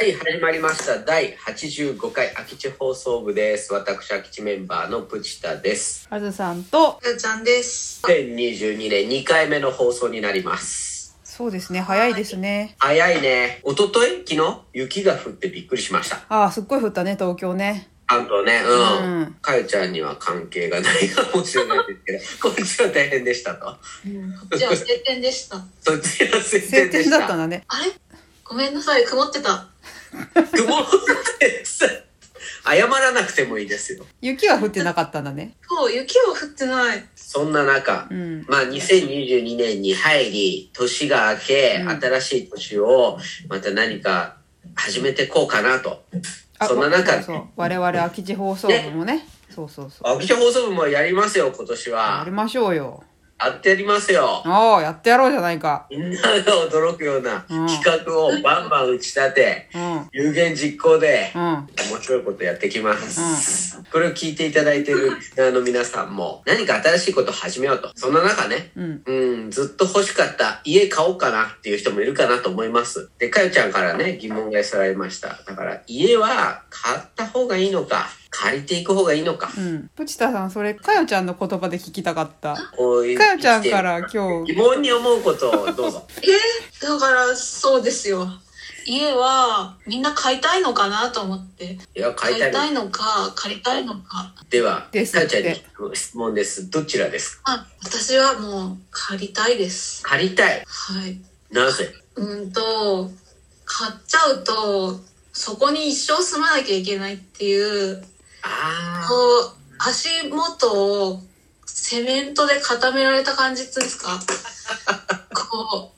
はい、始まりました。第85回空き地放送部です。私、空き地メンバーのプチタです。あずさんとふーちゃんです。 2022年2回目の放送になります。そうですね早いですね早いね。一昨日昨日雪が降ってびっくりしました。ああすっごい降ったね東京ね関東ね、うん。うんかよちゃんには関係がないかもしれないですけど、 こっちは大変でしたと。じゃあ晴天でした。そっちは晴晴天で天しだったた。 んだね あれごめんなさい、曇ってた。曇ってさ、謝らなくてもいいですよ。雪は降ってなかったんだねそう、雪は降ってない。そんな中、うんまあ、2022年に入り、年が明け、うん新しい年を、また何か始めてこうかなと。そんな中そうそう我々空き地放送部もねそうそうそう青木放送部もやりますよ、今年やはり。ましょうよやってやりますよ。ああやってやろうじゃないかみんなが驚くようなうん企画をバンバン打ち立て、うんうん有言実行で、あ面白いことやってきます、これを聞いていただいてるあの皆さんも何か新しいことを始めようとそんな中ね、うんずっと欲しかった家買おうかなっていう人もいるかなと思いますでかよちゃんからね疑問が寄せられましただから家は買った方がいいのか借りていく方がいいのか、うんプチタさんそれかよちゃんの言葉で聞きたかったかこういうよちゃんから今疑日問に思うことをどう ぞえだから、そうですよ。家はみんな買いたいのかなと思って。いや買買いいたたいいののか、借りたいのか。ではですかよちゃんに質問ですどちらですかあ、私はもう借りたいです。借りたいはい。なぜうんと、買っちゃうと、そこに一生住まなきゃいけないっていうあこう足元をセメントで固められた感じっていうんですかこ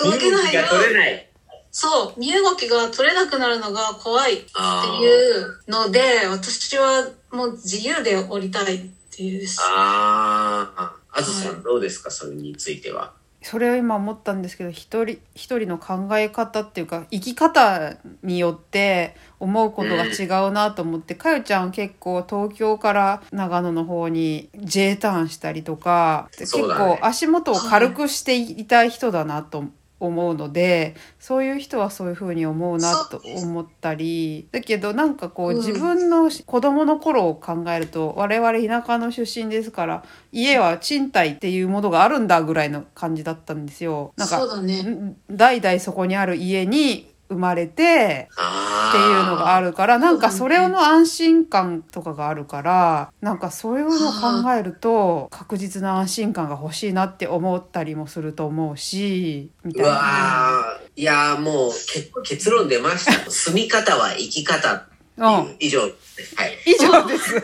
あう動けないよが取れないそう身動きが取れなくなるのが怖いってあーいうので私はもう自由で降りたいっていうしああ、あずさんどうですか、それについては。それを今思ったんですけど一人一人の考え方っていうか生き方によって思うことが違うなと思って、かよちゃんは結構東京から長野の方に J ターンしたりとか、結そうだね構足元を軽くしていたい人だなと思うのでそういう人はそういうふうに思うなと思ったりだけどなんかこううん自分の子供の頃を考えると我々田舎の出身ですから家は賃貸っていうものがあるんだぐらいの感じだったんですよ。なんそうかだねん代々そこにある家に生まれてあっていうのがある。るからなんかそれの安心感とかがあるからなんかそういうのを考えると確実な安心感が欲しいなって思ったりもすると思うしみたういな。わーいやーもうけ結論出ました。住み方は生き方ってう、いうん以上です。はい。以上です。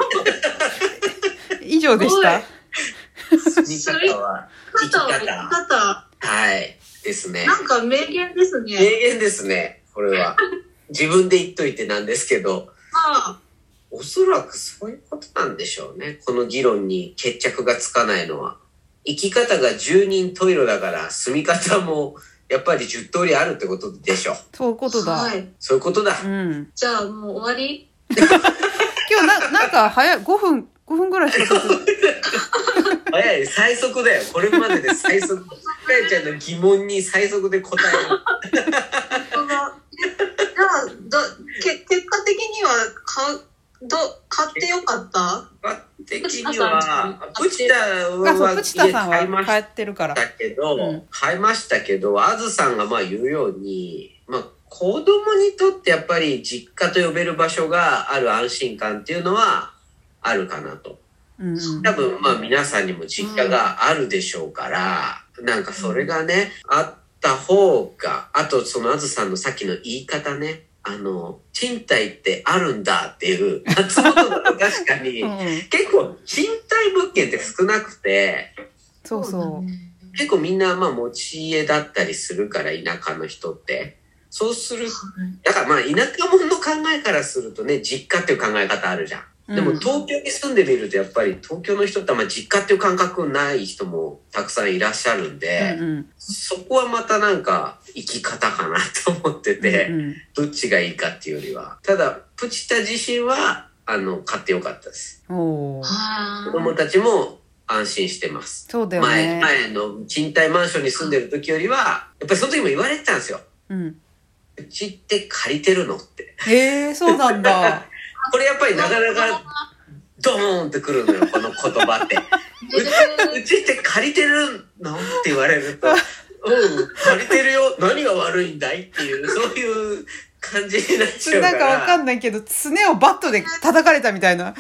以上でした。住み方は生き肩を方。肩はい。ですね。なんか名言です名ね言ですね、これは。自分で言っといてなんですけど、まあおそらくそういうことなんでしょうね。この議論に決着がつかないのは。生き方が10人トイレだから、住み方もやっぱり10通りあるってことでしょう。そういうことだ。はいそういうことだ。うん。じゃあもう終わり今日ななんか早い5分5分ぐらいしか経って早い、最速だよ。これまでで最速。かやちゃんの疑問に最速で答える。本当だじゃあどけ結果的には買うど買ってよかった的には、プチタあそうはプチタさん買いまはし帰ってるから。たけど、うん買いましたけど、あずさんがまあ言うように、まあ、子供にとってやっぱり実家と呼べる場所がある安心感っていうのはあるかなと。うんうん多分まあ皆さんにも実家があるでしょうから、なんかそれがね、あった方が、あとそのあずさんのさっきの言い方ね、あの、賃貸ってあるんだっていう、松本だと確かに、うんうん結構賃貸物件って少なくて、そうそだう。ね結構みんなまあ持ち家だったりするから田舎の人って。そうする、だからまあ田舎者の考えからするとね、実家っていう考え方あるじゃん。でもうん東京に住んでみるとやっぱり東京の人ってあんま実家っていう感覚ない人もたくさんいらっしゃるんで、うんうんそこはまたなんか生き方かなと思ってて、うんどっちがいいかっていうよりは。ただ、プチタ自身は、あの、買ってよかったです。うんおーあ子ー供たちも安心してます。そうだよ前ね。前の賃貸マンションに住んでる時よりはやっぱりその時も言われてたんですようんうちって借りてるのって。へえそうなんだ。 これやっぱりなかなかドーンってくるのよ、この言葉って。 うちって借りてるのって言われると、うん、借りてるよ、何が悪いんだいっていう、そういう感じになっちゃうから。なんかわかんないけど、すねをバットで叩かれたみたいな。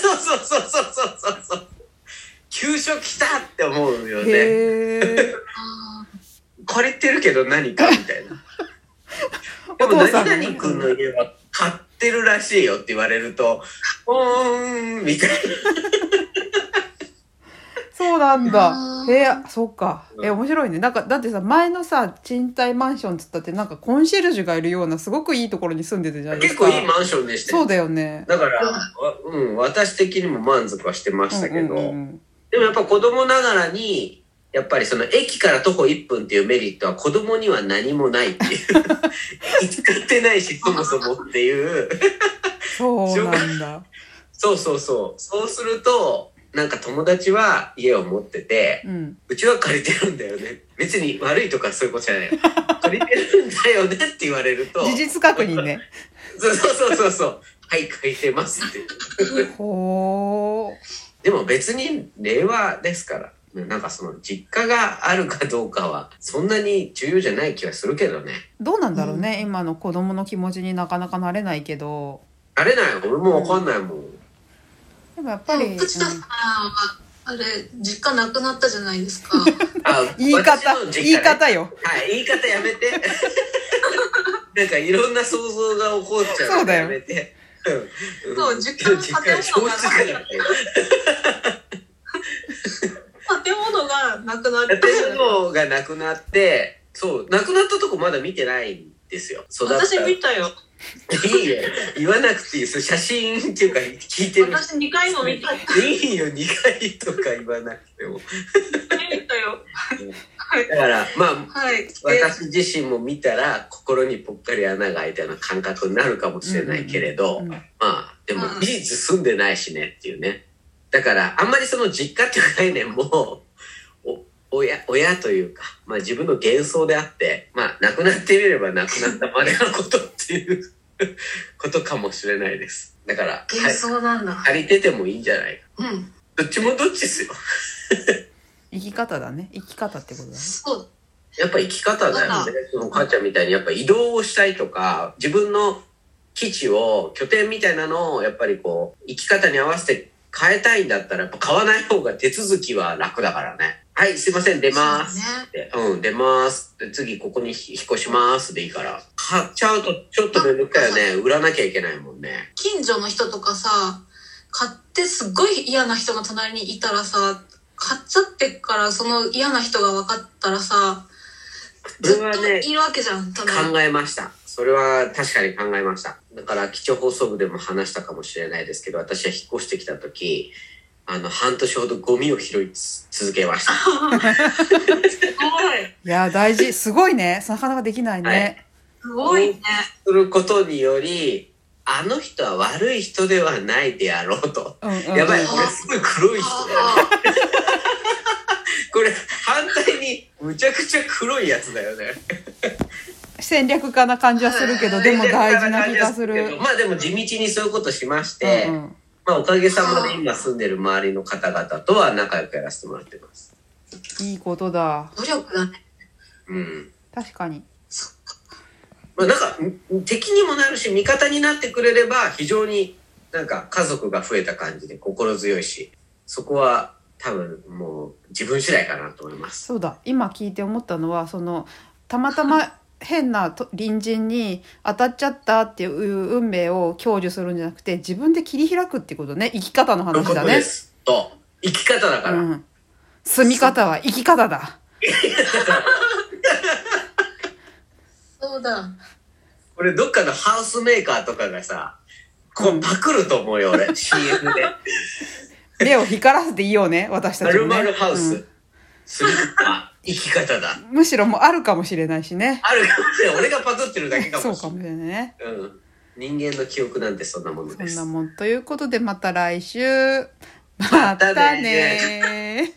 そうそうそうそうそうそうそう。給食来たって思うよね。へえ。借りてるけど何かみたいな。でも お父さんの何々君の家は買ってるらしいよって言われると、うーん、みたいな。そうなんだう。んえー、そっか。え、面白いね。なんか、だってさ、前のさ、賃貸マンションっつったって、なんかコンシェルジュがいるような、すごくいいところに住んでてじゃないで結すか。構いいマンションでしたそうよ。だよね。だから、わうん、私的にも満足はしてましたけど、うんうんうんでもやっぱ子供ながらに、やっぱりその駅から徒歩1分っていうメリットは子供には何もないっていう。 使ってないし、そもそもっていう。そうなんだ。そうそうそう。そうすると、なんか友達は家を持ってて、うん。うちは借りてるんだよね。別に悪いとかそういうことじゃないよ。借りてるんだよねって言われると、事実確認ね。そうそうそうそうそう。はい、借りてますって。ほでも別に令和ですから。なんかその実家があるかどうかはそんなに重要じゃない気はするけどね。う。どうなんだろうね、今の子供の気持ちになかなかなれないけど。慣れない。俺もわかんないもん。でもやっぱでり、もプチタさんうんはあれ実家なくなったじゃないですか。 あ言い方私の、実家ね言い方よ。はい、言い方やめて。 なんかいろんな想像が起こっちゃう。そうだよやめて。うんそう実家の建物が実家の建物が建物がなくなって。建物がなくなって、そう、なくなったとこまだ見てないんですよ。育った。私い見たよ。いよ。言わなくていいです。写真っていうか聞いてる。私二回も見た。いいよ、2回とか言わなくても。二回見たよ。だから、まあ、はい。で私自身も見たら心にぽっかり穴が開いたような感覚になるかもしれないけれど、うんまあでもうん事実住んでないしねっていうねだからあんまりその実家っていう概念もお親 親というか、まあ、自分の幻想であってまあ亡くなってみれば亡くなったまでのことっていうことかもしれないですだからは幻想なんだ。借りててもいいんじゃないかうん。どっちもどっちですよ生き方だね。生き方ってことだね。そう。やっぱ生き方だよね。その母ちゃんみたいにやっぱ移動をしたいとか、自分の基地を、拠点みたいなのをやっぱりこう、生き方に合わせて変えたいんだったら、やっぱ買わない方が手続きは楽だからね。はい、すいません、出ます。そうね。ってうん、出ます。で次、ここに引っ越します。でいいから。買っちゃうと、ちょっとめんどくさいよね。売らなきゃいけないもんね。近所の人とかさ買ってすっごい嫌な人の隣にいたらさ買っちゃってっからその嫌な人が分かったらさずっそれはとねいるわけじゃん多分考えました。それは確かに考えました。だから、基調放送部でも話したかもしれないですけど、私は引っ越してきた時、あの、半年ほどゴミを拾いつ続けました。すごいいや、大事。すごいね。なかなかできないね。すごいねすることにより、あの人は悪い人ではないであろうと。うんうん、やばい、うん俺すごい黒い人だよ。あこれ、反対に、むちゃくちゃ黒いやつだよね。戦略家な感じはするけど、でも大事な気がすけどる。まあでも地道にそういうことしましうて、んうんまあおかげさまで今住んでる周りの方々とは仲良くやらせてもらってます。いいことだ。ー努力だねうん。確かに。まあ、なんか、ん敵にもなるし、味方になってくれれば、非常になんか家族が増えた感じで心強いし、そこは多分もう自分次第かなと思います。そうだ。今聞いて思ったのは、その、たま たま変なと隣人に当たっちゃったっていう運命を享受するんじゃなくて、自分で切り開くってことね。生き方の話だそういうことでね。す。と、生き方だかうら。ん。住み方は生き方だ。そうだこれどっかのハウスメーカーとかがさ、こうパクると思うよ、 俺。CM で。目を光らせていいよね、私たまちもるね。まるハウうスん。するか、生き方だ。むしろもうあるかもしれないしね。あるかもしれない。俺がパクってるだけかそもうしれかない。もしれないね。うん。人間の記憶なんてそんなものそでんすな。もん。ということで、また来週。またねまたね